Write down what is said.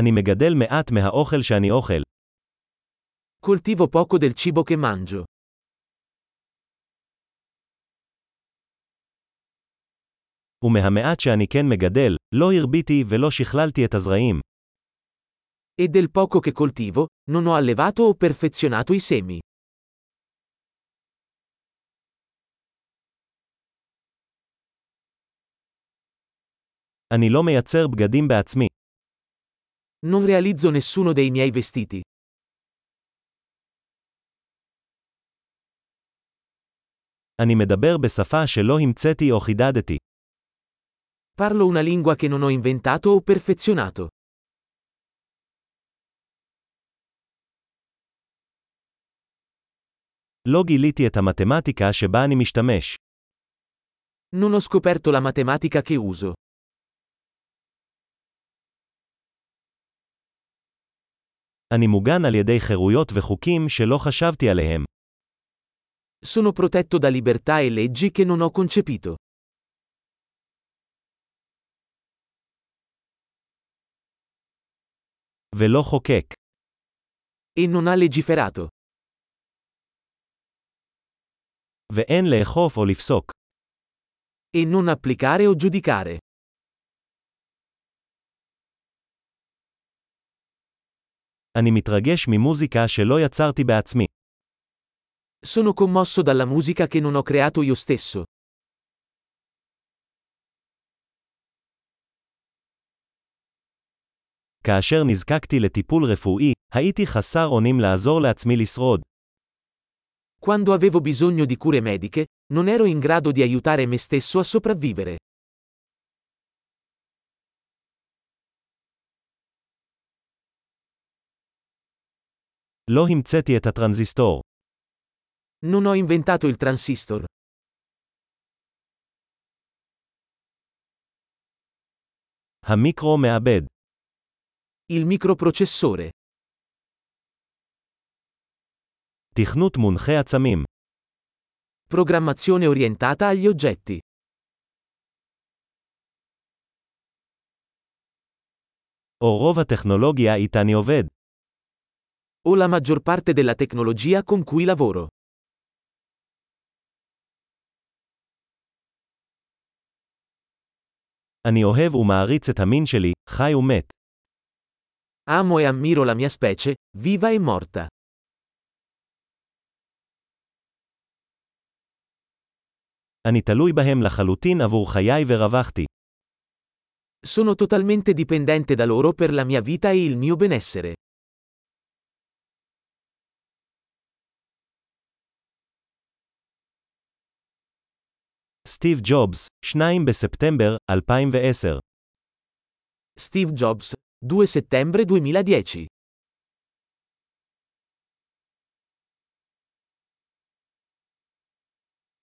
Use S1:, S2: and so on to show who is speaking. S1: אני מגדל מעט מהאוכל שאני אוכל.
S2: Coltivo poco del cibo che mangio.
S1: ומהמעט שאני כן מגדל, לא הרביתי ולא שכללתי את הזרעים.
S2: E del poco che coltivo, non ho allevato o perfezionato i semi.
S1: אני לא מייצר בגדים בעצמי.
S2: Non realizzo nessuno dei miei vestiti.
S1: אני מדבר בשפה שלא המצאתי או חידדתי.
S2: Parlo una lingua che non ho inventato o perfezionato.
S1: לא גיליתי את המתמטיקה שבה אני משתמש.
S2: Non ho scoperto la matematica che uso.
S1: אני מוגן על ידי חירויות וחוקים שלא חשבתי עליהם.
S2: Sono protetto da libertà e leggi che non ho concepito.
S1: ולא חוקק.
S2: E non ha legiferato.
S1: ואין לאכוף או לפסוק.
S2: E non applicare o giudicare.
S1: אני מתרגש ממוזיקה שלא יצרתי בעצמי.
S2: Sono commosso dalla musica che non ho creato io stesso.
S1: כאשר נזקקתי לטיפול רפואי, הייתי חסר אונים לעזור לעצמי לשרוד.
S2: Quando avevo bisogno di cure mediche, non ero in grado di aiutare me stesso a sopravvivere.
S1: לא המצאתי את הטרנזיסטור.
S2: Non ho inventato il transistor.
S1: המיקרו מעבד.
S2: Il microprocessore.
S1: תכנות מונחי עצמים.
S2: Programmazione orientata agli oggetti.
S1: או רוב הטכנולוגיה איתה אני עובד.
S2: O la maggior parte della tecnologia con cui lavoro.
S1: אני אוהב ומעריץ את המין שלי, חי ומת.
S2: Amo e ammiro la mia specie, viva e morta.
S1: אני תלוי בהם לחלוטין עבור חיי ורווחתי.
S2: Sono totalmente dipendente da loro per la mia vita e il mio benessere.
S1: סטיב ג'ובס, 2 בספטמבר 2010.
S2: Steve Jobs, 2 settembre 2010.